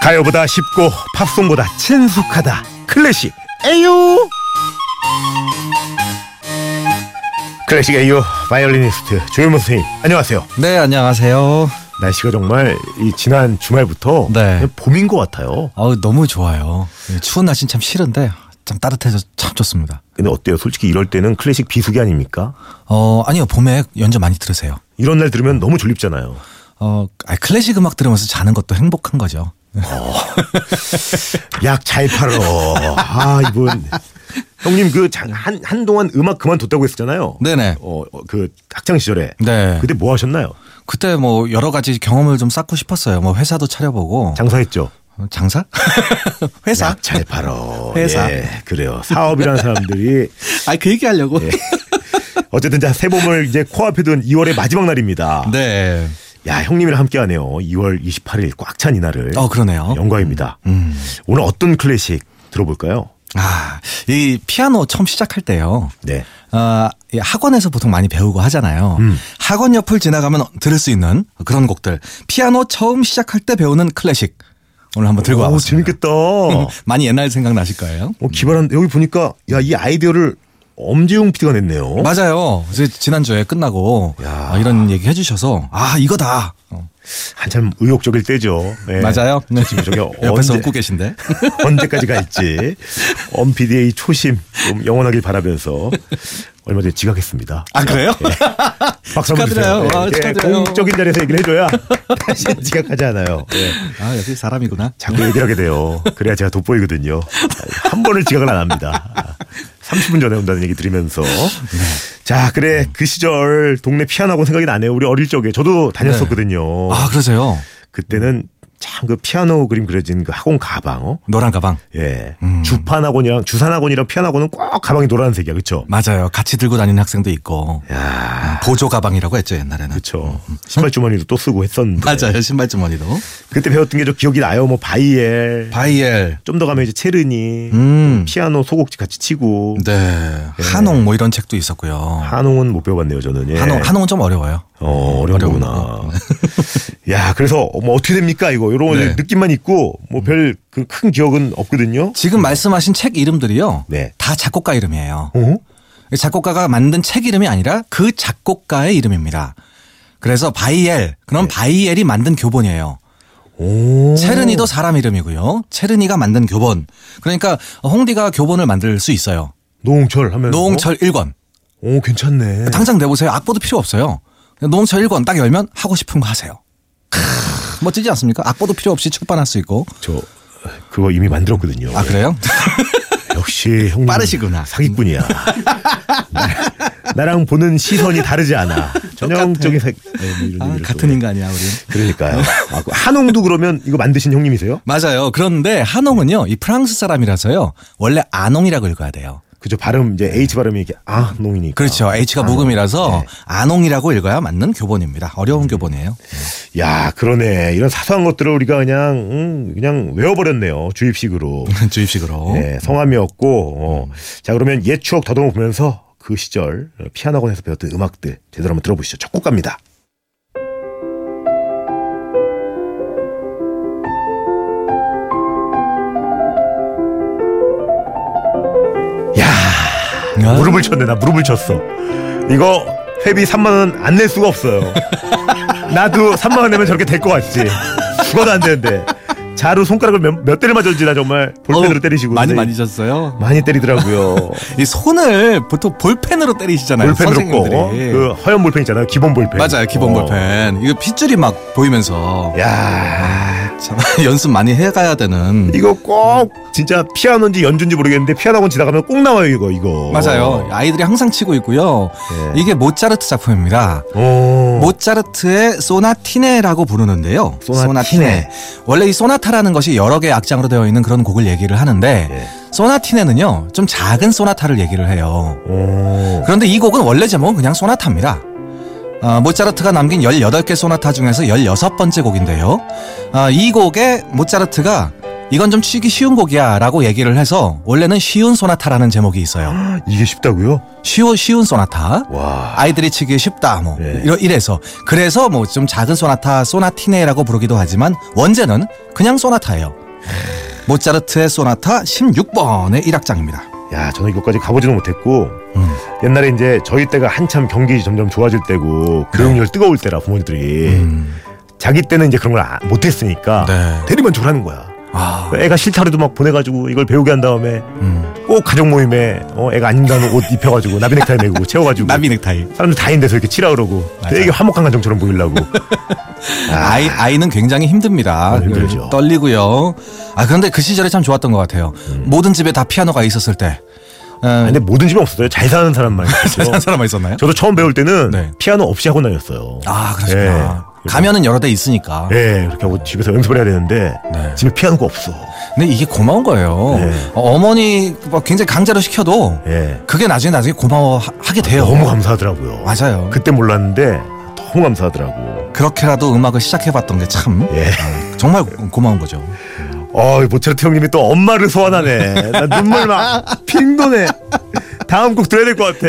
가요보다 쉽고 팝송보다 친숙하다 클래식 에유 클래식 에유 바이올리니스트 조윤모 선생님 안녕하세요 네, 안녕하세요. 날씨가 정말 이 지난 주말부터 네. 그냥 봄인 것 같아요 아우, 너무 좋아요. 예, 추운 날씨는 참 싫은데, 참 따뜻해서 참 좋습니다. 근데 어때요 솔직히 이럴 때는 클래식 비수기 아닙니까 어, 아니요, 봄에 연주 많이 들으세요. 이런 날 들으면 너무 졸립잖아요 어, 아, 클래식 음악 들으면서 자는 것도 행복한 거죠. 약 잘 팔어 아 이분 형님 그 장- 한, 한동안 음악 그만뒀다고 했었잖아요 네네. 어, 어, 그 학창 시절에 네. 그때 뭐 하셨나요? 그때 뭐 여러 가지 경험을 좀 쌓고 싶었어요. 뭐 회사도 차려보고. 장사했죠. 어, 장사? 회사? 약 잘 팔어. 회사. 예, 그래요. 사업이라는 사람들이 아니, 그 얘기 하려고. 네. 어쨌든 자 새봄을 이제 코앞에 둔 2월의 마지막 날입니다. 네. 야 형님이랑 함께하네요. 2월 28일 꽉 찬 이날을 어, 그러네요. 음. 영광입니다. 오늘 어떤 클래식 들어볼까요? 아, 이 피아노 처음 시작할 때요. 네. 아, 이 학원에서 보통 많이 배우고 하잖아요. 음. 학원 옆을 지나가면 들을 수 있는 그런 곡들. 피아노 처음 시작할 때 배우는 클래식. 오늘 한번 들고 오, 와봤습니다. 재밌겠다. 많이 옛날 생각 나실 거예요. 어, 기발한 여기 보니까 야 이 아이디어를 엄재용 PD가 냈네요. 맞아요. 이제 지난주에 끝나고 어? 야. 아, 이런 얘기 해주셔서 아 이거다. 어, 한참 의욕적일 때죠. 예. 맞아요. 네. 지금 저기 언제- 옆에서 웃고 계신데. 언제까지 갈지 엄피디의 이 초심 좀 영원하길 바라면서 얼마 전에 지각했습니다. 아 그래요? 박수 한번 축하드려요. 주세요. 와, 예, 축하드려요. 공적인 자리에서 얘기를 해줘야 다시 지각하지 않아요. 예. 아 역시 사람이구나. 자꾸 얘기를 하게 돼요. 그래야 제가 돋보이거든요. 한 번을 지각을 안 합니다. 아, 30분 전에 온다는 얘기 들으면서 네. 자 그래 그 시절 동네 피아노고 생각이 나네요. 우리 어릴 적에 저도 다녔었거든요. 아 그러세요. 그때는 참 그 피아노 그림 그려진 그 학원 가방 어? 노란 가방. 예. 음. 주판학원이랑 주산학원이랑 피아노학원은 꼭 가방이 노란색이야. 그쵸? 맞아요. 같이 들고 다니는 학생도 있고 야 보조 가방이라고 했죠 옛날에는. 그쵸. 신발주머니도 또 쓰고 했었는데. 맞아요. 신발 주머니도. 그때 배웠던 게 좀 기억이 나요. 뭐 바이엘. 바이엘. 좀 더 가면 이제 체르니. 음. 피아노 소곡지 같이 치고. 네. 한옥 뭐 이런 책도 있었고요. 한홍은 못 배워봤네요, 저는. 예. 한옥, 한옥은 좀 어려워요. 어, 어려운 거구나. 야, 그래서 뭐 어떻게 됩니까, 이거. 이런 네. 음. 느낌만 있고, 뭐 별 그 큰 기억은 없거든요. 지금 말씀하신 책 이름들이요. 음. 네. 다 작곡가 이름이에요. 어? 작곡가가 만든 책 이름이 아니라 그 작곡가의 이름입니다. 그래서 바이엘. 그럼 바이엘이 만든 교본이에요. 네. 오. 체르니도 사람 이름이고요. 체르니가 만든 교본. 그러니까 홍디가 교본을 만들 수 있어요. 노홍철 하면서. 노홍철 1권. 오, 괜찮네. 당장 내보세요. 악보도 필요 없어요. 그냥 노홍철 1권 딱 열면 하고 싶은 거 하세요. 크, 멋지지 않습니까? 악보도 필요 없이 출판할 수 있고. 저 그거 이미 만들었거든요. 아 그래요? 역시 형님 그 빠르시구나. 음. 사기꾼이야. 나랑 보는 시선이 다르지 않아. 전형적인 사... 네, 뭐 이런 아, 얘기를 같은 또. 인간이야 우리. 그러니까요. 아, 그 한홍도 그러면 이거 만드신 형님이세요? 맞아요. 그런데 한홍은요 이 프랑스 사람이라서요 원래 안홍이라고 읽어야 돼요. 그죠 발음 이제 H 발음이 이렇게 아 농이니까. 네. 그렇죠. H가 안홍. 네. 모금이라서 안홍이라고 읽어야 맞는 교본입니다. 음. 어려운 교본이에요. 야 그러네. 이런 사소한 것들을 우리가 그냥 음, 그냥 외워버렸네요. 주입식으로. 주입식으로. 네, 성함이었고. 음. 어. 자 그러면 옛 추억 더듬어 보면서 그 시절 피아노학원에서 배웠던 음악들 제대로 한번 들어보시죠. 첫 곡 갑니다. 야 아, 무릎을 쳤네 나 무릎을 쳤어 이거 회비 3만원 안 낼 수가 없어요 나도 3만원 내면 저렇게 될 것 같지 죽어도 안 되는데 자루 손가락을 몇, 몇 대를 맞았지 나 정말 볼펜으로 어우, 때리시고 많이 근데 많이 졌어요. 많이 때리더라고요 이 손을 보통 볼펜으로 때리시잖아요. 볼펜으로 네, 선생님들이. 꼭그 허연 볼펜 있잖아요 기본 볼펜 맞아요. 기본 어. 볼펜. 이거 핏줄이 막 보이면서 야 참 연습 많이 해가야 되는. 이거 꼭 진짜 피아노인지 연주인지 모르겠는데 피아노건 지나가면 꼭 나와요 이거 이거 맞아요. 아이들이 항상 치고 있고요. 예. 이게 모차르트 작품입니다. 오. 모차르트의 소나티네라고 부르는데요. 어. 소나티네. 원래 이 소나타라는 것이 여러 개의 악장으로 되어 있는 그런 곡을 얘기를 하는데 예. 소나티네는요. 좀 작은 소나타를 얘기를 해요. 오. 그런데 이 곡은 원래 제목은 그냥 소나타입니다. 아, 모차르트가 남긴 18개 소나타 중에서 16번째 곡인데요. 아, 이 곡에 모차르트가 이건 좀 치기 쉬운 곡이야 라고 얘기를 해서 원래는 쉬운 소나타라는 제목이 있어요. 이게 쉽다고요? 쉬운, 쉬운 소나타. 와 아이들이 치기 쉽다 뭐 네. 이러, 이래서 그래서 뭐 좀 작은 소나타 소나티네라고 부르기도 하지만 원제는 그냥 소나타예요. 모차르트의 소나타 16번의 1악장입니다. 야, 저는 이것까지 가보지도 못했고 음. 옛날에 이제 저희 때가 한참 경기 점점 좋아질 때고 교육열 뜨거울 때라 부모님들이 네. 음. 자기 때는 이제 그런 걸 예. 아- 못했으니까 네. 대리만 조라는 거야. 아. 애가 실타래도 막 보내가지고 이걸 배우게 한 다음에 음. 꼭 가족 모임에 어, 애가 안 입는 옷 입혀가지고 나비 넥타이 메고 채워가지고 나비 넥타이. 사람들 다 있는 데서 이렇게 치라 그러고 맞아. 되게 화목한 가정처럼 보이려고 아이, 아이는 굉장히 힘듭니다. 음, 아, 힘들죠. 떨리고요. 아, 그런데 그 시절이 참 좋았던 것 같아요. 음. 모든 집에 다 피아노가 있었을 때. 어, 아, 근데 모든 집에 없었어요 잘 사는 사람만 있었죠 한 사람만 있었나요? 저도 처음 배울 때는 네. 피아노 없이 하고 다녔어요 아, 그렇구나. 예. 가면은 여러 대 있으니까. 예 그렇게 하고 집에서 연습을 해야 되는데 네. 집에 피아노가 없어 근데 네, 이게 고마운 거예요. 네. 어, 어머니 막 굉장히 강제로 시켜도 예 그게 나중에 나중에 고마워하게 돼요. 너무 감사하더라고요 맞아요. 그때 몰랐는데 너무 감사하더라고 그렇게라도 음악을 시작해봤던 게 참 어, 예. 정말 고마운 거죠. 어, 이 모차르트 형님이 또 엄마를 소환하네. 나 눈물 막 핑 도네. 다음 곡 들어야 될 것 같아.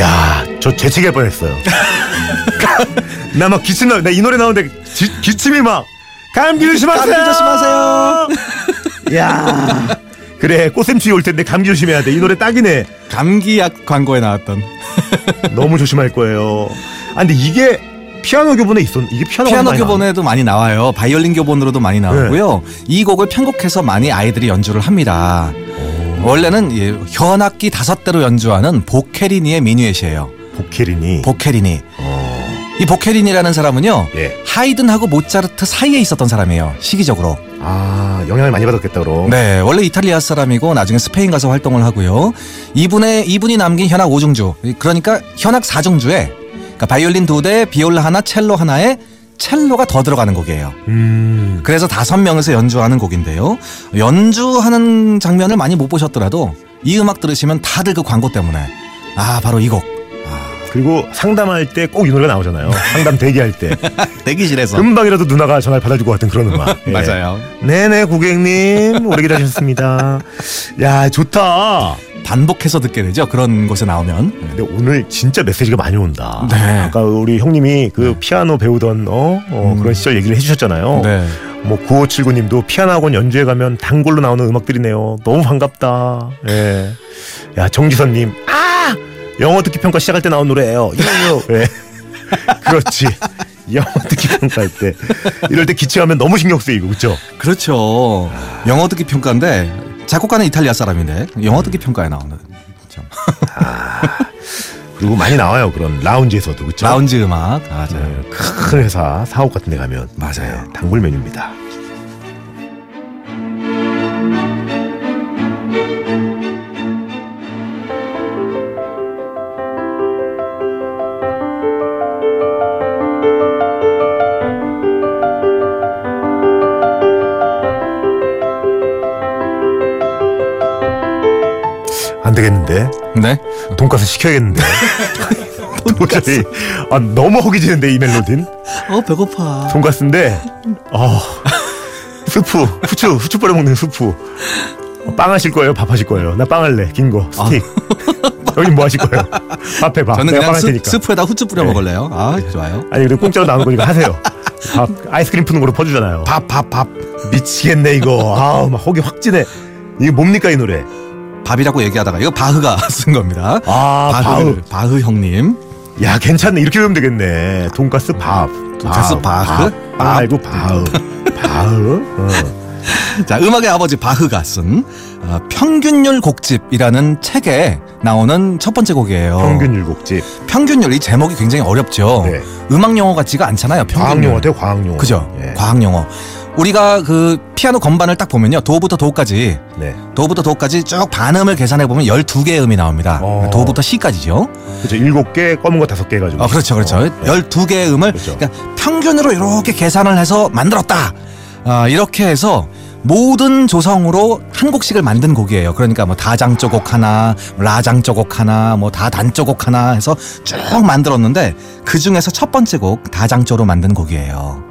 야, 저 재채기할 뻔했어요. 나 막 기침 나, 나 이 노래 나오는데 기, 기침이 막 감기 조심하세요. 감기 아, 조심하세요. 야, 그래 꽃샘추위 올 텐데 감기 조심해야 돼. 이 노래 딱이네. 감기약 광고에 나왔던 너무 조심할 거예요. 아, 근데 이게 피아노 교본에 있었. 이게 피아노 피아노 교본에도 많이 나와요. 바이올린 교본으로도 네. 많이 나오고요. 이 곡을 편곡해서 많이 아이들이 연주를 합니다. 어, 원래는 이 현악기 다섯 대로 연주하는 보케리니의 미뉴엣이에요. 보케린이. 보케리니. 어, 이 보케린이라는 사람은요 예. 하이든하고 모차르트 사이에 있었던 사람이에요 시기적으로 아 영향을 많이 받았겠다 그럼. 네 원래 이탈리아 사람이고 나중에 스페인 가서 활동을 하고요 이분의 이분이 남긴 현악 5중주 그러니까 현악 4중주에 그러니까 바이올린 두대 비올라 하나 첼로 하나에 첼로가 더 들어가는 곡이에요 음. 그래서 다섯 명에서 연주하는 곡인데요 연주하는 장면을 많이 못 보셨더라도 이 음악 들으시면 다들 그 광고 때문에 아 바로 이곡 그리고 상담할 때 꼭 이 노래가 나오잖아요. 상담 대기할 때 대기실에서 금방이라도 누나가 전화를 받아줄 것 같은 그런 음악. 예. 맞아요 네네 고객님 오래 기다리셨습니다. 야 좋다. 반복해서 듣게 되죠 그런 곳에 나오면 근데 오늘 진짜 메시지가 많이 온다. 네. 아까 우리 형님이 그 피아노 배우던 어, 어, 그런 시절 얘기를 해주셨잖아요. 음. 네. 뭐 9579님도 피아노 학원 연주회 가면 단골로 나오는 음악들이네요. 너무 반갑다. 예. 야 정지선님 아 영어 듣기 평가 시작할 때 나온 노래예요. 이거요. 예. 그렇지. 영어 듣기 평가할 때 이럴 때 기침하면 너무 신경 쓰이고 그렇죠. 그렇죠. 영어 듣기 평가인데 작곡가는 이탈리아 사람인데 영어 듣기 평가에 나오는 참. 그리고 많이 나와요 그런 라운지에서도 그렇죠. 라운지 음악 아, 맞아요. 예, 큰 회사 사옥 같은 데 가면 맞아요. 예, 단골 메뉴입니다. 안 되겠는데 네. 돈가스 시켜야겠는데 도저히 아, 너무 허기지는데 이 멜로디는 어 배고파. 돈가스인데 어 스프 후추 후추 뿌려 먹는 스프 어, 빵 하실 거예요 밥 하실 거예요 나 빵 할래 긴 거 스틱 여기 뭐 하실 거예요 밥해 밥 아. 저는 내가 그냥 빵할 스, 아, 테니까 스프에다 후추 뿌려 네. 먹을래요. 아 좋아요. 아니 그래도 공짜로 나오는 거니까 하세요 밥 아이스크림 푸는 거로 퍼주잖아요 밥 밥 밥. 미치겠네 이거 아우 막 허기 확 지네 이게 뭡니까 이 노래 밥이라고 얘기하다가 이거 바흐가 쓴 겁니다. 아그 바흐 바흐 바흐 형님. 야 괜찮네 이렇게 외우면 되겠네 돈가스 밥 돈가스 아, 밥 바흐? 그 말고 바흐 바흐 어. 자 음악의 아버지 바흐가 쓴 어, 평균율 곡집이라는 책에 나오는 첫 번째 곡이에요. 평균 율곡집 평균율 이 제목이 굉장히 어렵죠. 네. 음악 용어 같지가 않잖아요. 과학 평균율. 용어 대 과학 용어 그죠? 예. 과학 용어. 우리가 그 피아노 건반을 딱 보면요. 도부터 도까지 네 도부터 도까지 쭉 반음을 계산해 보면 12개의 음이 나옵니다. 그러니까 어. 도부터 시까지죠. 그죠 일곱 개 검은 거 다섯 개 가지고 어, 그렇죠. 그렇죠. 어, 12개의 음을 그렇죠. 그러니까 평균으로 이렇게 계산을 해서 만들었다. 아, 이렇게 해서 모든 조성으로 한 곡씩을 만든 곡이에요. 그러니까 뭐 다장조곡 하나, 뭐 라장조곡 하나, 뭐 다단조곡 하나 해서 쭉 만들었는데 그 중에서 첫 번째 곡 다장조로 만든 곡이에요.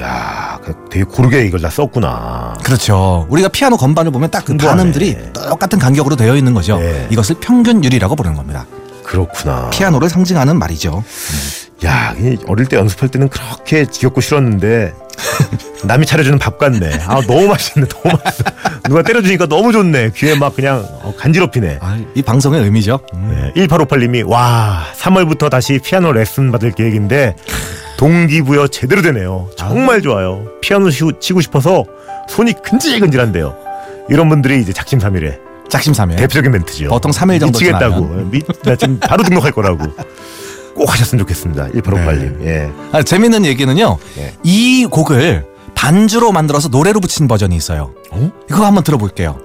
야, 그 되게 고르게 이걸 다 썼구나. 그렇죠. 우리가 피아노 건반을 보면 딱 그 풍부하네. 반음들이 똑같은 간격으로 되어 있는 거죠. 네. 이것을 평균율이라고 부르는 겁니다. 그렇구나. 피아노를 상징하는 말이죠. 야, 이 어릴 때 연습할 때는 그렇게 지겹고 싫었는데 남이 차려주는 밥 같네. 아, 너무 맛있네. 너무 맛있어. 누가 때려주니까 너무 좋네. 귀에 막 그냥 어, 간지럽히네. 아, 이 방송의 의미죠. 음. 네, 1858님이 와 3월부터 다시 피아노 레슨 받을 계획인데 동기부여 제대로 되네요. 정말 좋아요. 피아노 쉬- 치고 싶어서 손이 근질근질한데요. 이런 분들이 이제 작심삼일에 짝심삼일. 대표적인 멘트죠. 네. 보통 삼일 정도 미치겠다고. 미, 나 지금 바로 등록할 거라고. 꼭 하셨으면 좋겠습니다. 1858님. 예. 아, 재밌는 얘기는요. 예. 이 곡을 반주로 만들어서 노래로 붙인 버전이 있어요. 어? 이거 한번 들어볼게요.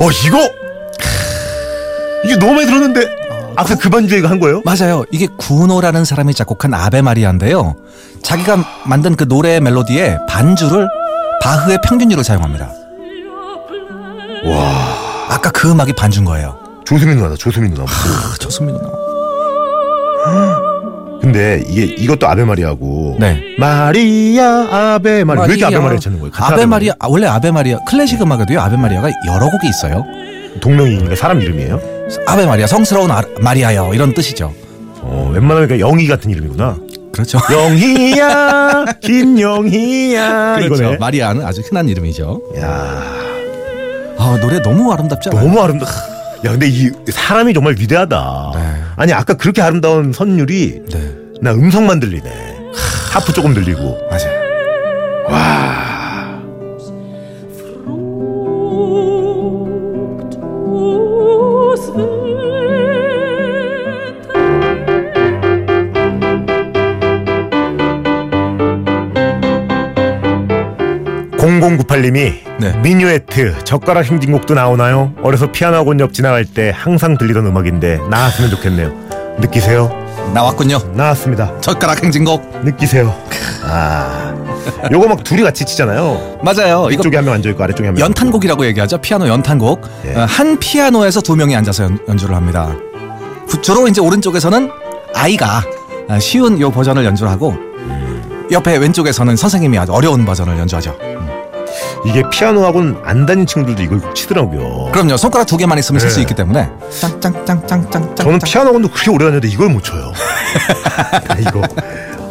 어 이거 이게 너무 많이 들었는데 아까 그 반주에 이거 한 거예요? 맞아요. 이게 구노라는 사람이 작곡한 아베 마리아인데요. 자기가 만든 그 노래의 멜로디에 반주를 바흐의 평균율을 사용합니다. 와 아까 그 음악이 반주인 거예요. 조수민 누나다 조수민 누나. 아, 좋습니다. 근데 이게 이것도 아베 마리아고 네. 마리아 아베 마리아 왜 이렇게 아베 마리아 찾는 거예요? 뭐 같은 아베 마리아 아, 원래 아베 마리아 클래식 음악에도요. 아베 마리아가 여러 곡이 있어요. 동명이인가 사람 이름이에요? 아베 마리아 성스러운 아, 마리아요 이런 뜻이죠. 어 웬만하면 그러니까 영희 같은 이름이구나. 그렇죠. 영희야 긴 영희야 그렇죠. 이거네. 마리아는 아주 흔한 이름이죠. 야 아 노래 너무 아름답지 않아요? 너무 아름다. 야 근데 이 사람이 정말 위대하다. 네. 아니 아까 그렇게 아름다운 선율이 네 나 음성만 들리네. 하프 조금 들리고. 맞아요. Fructus vitae. 공공구팔님이 네. 미뉴에트 젓가락 행진곡도 나오나요? 어려서 피아노 학원 옆 지나갈 때 항상 들리던 음악인데 나왔으면 좋겠네요. 느끼세요? 나왔군요. 나왔습니다. 젓가락 행진곡 느끼세요? 아, 요거 막 둘이 같이 치잖아요. 맞아요. 이거 이쪽에 한 명 앉아 있고 아래쪽에 한 명. 연탄곡이라고 얘기하죠. 피아노 연탄곡. 예. 어, 한 피아노에서 두 명이 앉아서 연, 연주를 합니다. 부- 주로 이제 오른쪽에서는 아이가 아, 쉬운 요 버전을 연주를 하고 음. 옆에 왼쪽에서는 선생님이 아주 어려운 버전을 연주하죠. 이게 피아노 학원 안 다닌 친구들도 이걸 치더라고요. 그럼요. 손가락 두 개만 있으면 칠 수 예. 있기 때문에 짱짱짱짱짱짱. 저는 피아노 학원도 그렇게 오래 다녔는데 이걸 못 쳐요. 나 이거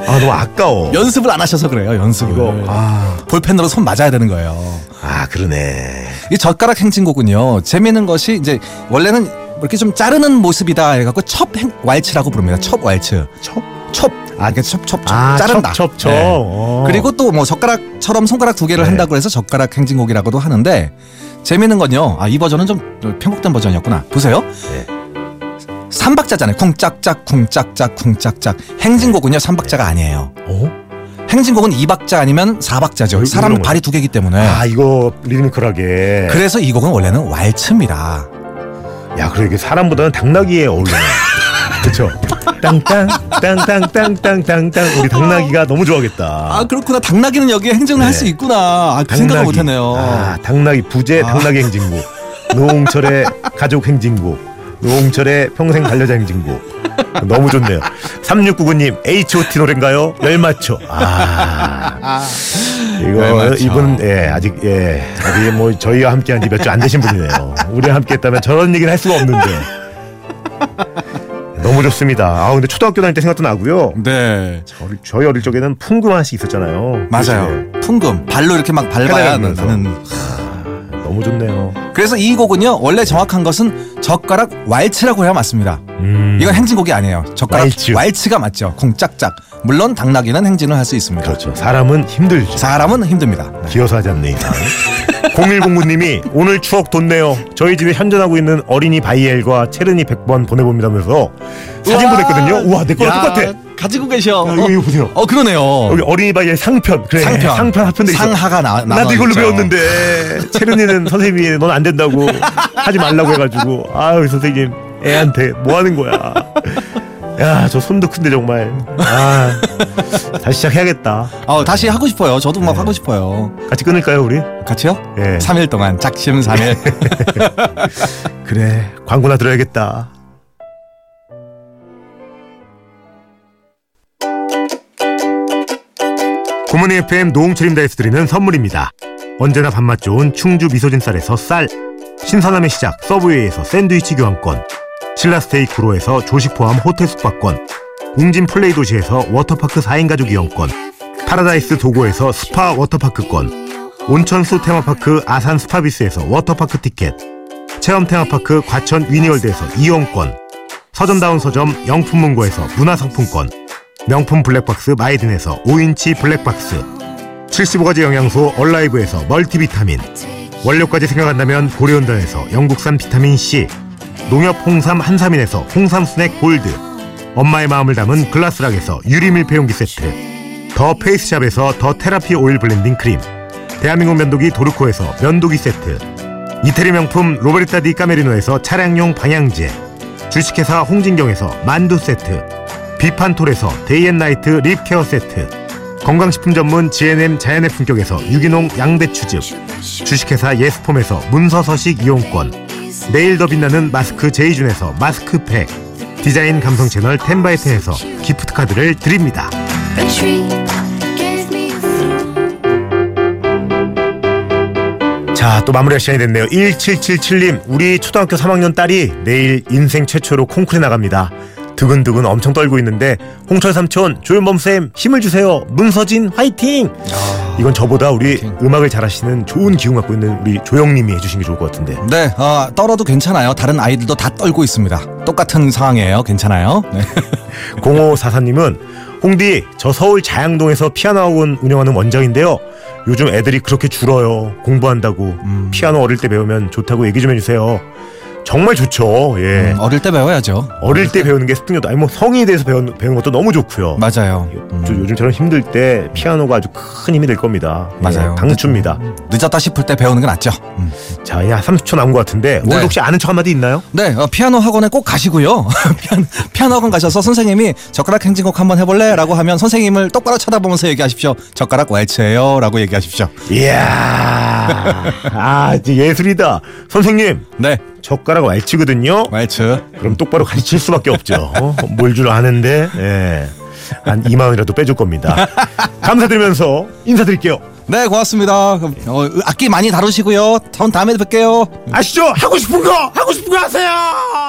아 너무 아까워. 연습을 안 하셔서 그래요. 연습을. 이거 아, 볼펜으로 손 맞아야 되는 거예요. 아 그러네. 이 젓가락 행진곡은요 재미있는 것이 이제 원래는 이렇게 좀 자르는 모습이다 해갖고 첩 행- 왈츠라고 부릅니다 첩 왈츠 첩? 첩 아, 이게 첩첩 아, 자른다 첩, 첩, 첩. 네. 어. 그리고 또 뭐 젓가락처럼 손가락 두 개를 네. 한다고 해서 젓가락 행진곡이라고도 하는데 재미있는 건요 아 이 버전은 좀 편곡된 버전이었구나 보세요 네. 삼박자잖아요 쿵짝짝 쿵짝짝 쿵짝짝 행진곡은요 삼박자가 아니에요 어? 행진곡은 이박자 아니면 사박자죠 네. 이- 사람 이런 발이 두 개기 때문에 아 이거 리드미컬하게. 네. 그래서 이 곡은 원래는 왈츠입니다 야, 그래 이게 사람보다는 당나귀에 어울리네. 그렇죠. 땅땅 땅땅땅땅땅땅 우리 당나귀가 너무 좋아하겠다. 아 그렇구나 당나귀는 여기에 행정을 할 수 있구나 네. 아, 그 생각을 못했네요 아, 당나귀 부재 당나귀 행진곡. 노홍철의 가족 행진곡. 노홍철의 평생 반려자 행진곡. 너무 좋네요. 3699님 H.O.T 노래인가요? 열맞춰. 아. 이거 열맞춰. 이분 예 아직 예 아직 뭐 저희와 함께한 지 몇 주 안 되신 분이네요. 우리와 함께했다면 저런 얘기는 할 수가 없는데 너무 좋습니다. 아 근데 초등학교 다닐 때 생각도 나고요. 네 어릴- 저희 어릴 적에는 풍금 하나씩 있었잖아요. 맞아요 풍금 발로 이렇게 막 밟아야 페달하면서. 나는 예, 너무 좋네요. 그래서 이 곡은요 원래 정확한 것은 젓가락 왈츠라고 해야 맞습니다 음, 이건 행진곡이 아니에요 젓가락 왈츠. 왈츠. 가 맞죠 공짝짝 물론 당나귀는 행진을 할 수 있습니다 그렇죠. 사람은 힘들죠. 사람은 힘듭니다 기어서 하지 않는 이상 0109님이 오늘 추억 돋네요 저희 집에 현전하고 있는 어린이 바이엘과 체르니 100번 보내봅니다면서 사진 우와. 보냈거든요 우와 내 거랑 야, 똑같아 가지고 계셔 야, 이거, 이거 보세요 어 그러네요 여기 어린이 바이엘 상편 그래 상편 네. 상편 합편돼 있어 상하가 나, 나눠 나도 이걸로 있죠. 배웠는데 체르니는 선생님이 넌 안 된다고 하지 말라고 해가지고 아유 선생님 애한테 뭐 하는 거야 야 저 손도 큰데 정말 아 다시 시작해야겠다. 어, 다시 하고 싶어요. 저도 막 네. 하고 싶어요. 같이 끊을까요 우리? 같이요? 예. 네. 3일 동안 작심 3일. 그래 광고나 들어야겠다. 고모니 FM 노홍철입니다에서 드리는 선물입니다. 언제나 밥맛 좋은 충주 미소진 쌀에서 쌀 신선함의 시작 서브웨이에서 샌드위치 교환권 신라스테이크로에서 조식 포함 호텔 숙박권 웅진 플레이 도시에서 워터파크 4인 가족 이용권 파라다이스 도고에서 스파 워터파크권 온천수 테마파크 아산 스파비스에서 워터파크 티켓 체험 테마파크 과천 위니월드에서 이용권 서점다운 서점 영품문고에서 문화상품권 명품 블랙박스 마이든에서 5인치 블랙박스 75가지 영양소 얼라이브에서 멀티비타민 원료까지 생각한다면 고려온단에서 영국산 비타민C 농협 홍삼 한삼인에서 홍삼 스낵 골드 엄마의 마음을 담은 글라스락에서 유리 밀폐용기 세트 더 페이스샵에서 더 테라피 오일 블렌딩 크림 대한민국 면도기 도르코에서 면도기 세트 이태리 명품 로베르타 디 까메리노에서 차량용 방향제 주식회사 홍진경에서 만두 세트 비판톨에서 데이앤나이트 립케어 세트 건강식품 전문 GNM 자연의 품격에서 유기농 양배추즙 주식회사 예스폼에서 문서서식 이용권 내일 더 빛나는 마스크 제이준에서 마스크팩 디자인 감성 채널 텐바이트에서 기프트 카드를 드립니다 A tree gave me a throne. 자 또 마무리할 시간이 됐네요 1777님 우리 초등학교 3학년 딸이 내일 인생 최초로 콩쿠르에 나갑니다 두근두근 엄청 떨고 있는데 홍철 삼촌 조윤범쌤 힘을 주세요 문서진 화이팅 이건 저보다 우리 음악을 잘하시는 좋은 기운 갖고 있는 우리 조영님이 해주신 게 좋을 것 같은데 네, 어, 떨어도 괜찮아요. 다른 아이들도 다 떨고 있습니다. 똑같은 상황이에요. 괜찮아요. 네. 0544님은 홍디 저 서울 자양동에서 피아노 학원 운영하는 원장인데요 요즘 애들이 그렇게 줄어요 공부한다고 음. 피아노 어릴 때 배우면 좋다고 얘기 좀 해주세요 정말 좋죠 예 음, 어릴 때 배워야죠. 어릴 때 배우는 게 습득력도 아니 뭐 성에 대해서 배운, 배운 것도 너무 좋고요 맞아요. 요- 저- 요즘처럼 힘들 때 피아노가 아주 큰 힘이 될 겁니다 예, 맞아요. 그렇죠. 강추입니다 늦었다 싶을 때 배우는 게 낫죠. 음. 자 이제 30초 남은 것 같은데 오늘 네. 혹시 아는 척 한마디 있나요? 네, 어, 피아노 학원에 꼭 가시고요. 피아노, 피아노 학원 가셔서 선생님이 젓가락 행진곡 한번 해볼래? 라고 하면 선생님을 똑바로 쳐다보면서 얘기하십시오. 젓가락 왈츠예요. 라고 얘기하십시오. 이야 아 이제 예술이다 선생님 네, 젓가락 왈츠거든요 왈츠. 그럼 똑바로 가르칠 수밖에 없죠. 어? 뭘 줄 아는데 예. 한 2만 원이라도 빼줄 겁니다. 감사드리면서 인사드릴게요. 네, 고맙습니다. 그럼, 어, 악기 많이 다루시고요. 전 다음에 뵐게요. 아시죠? 하고 싶은 거 하고 싶은 거 하세요.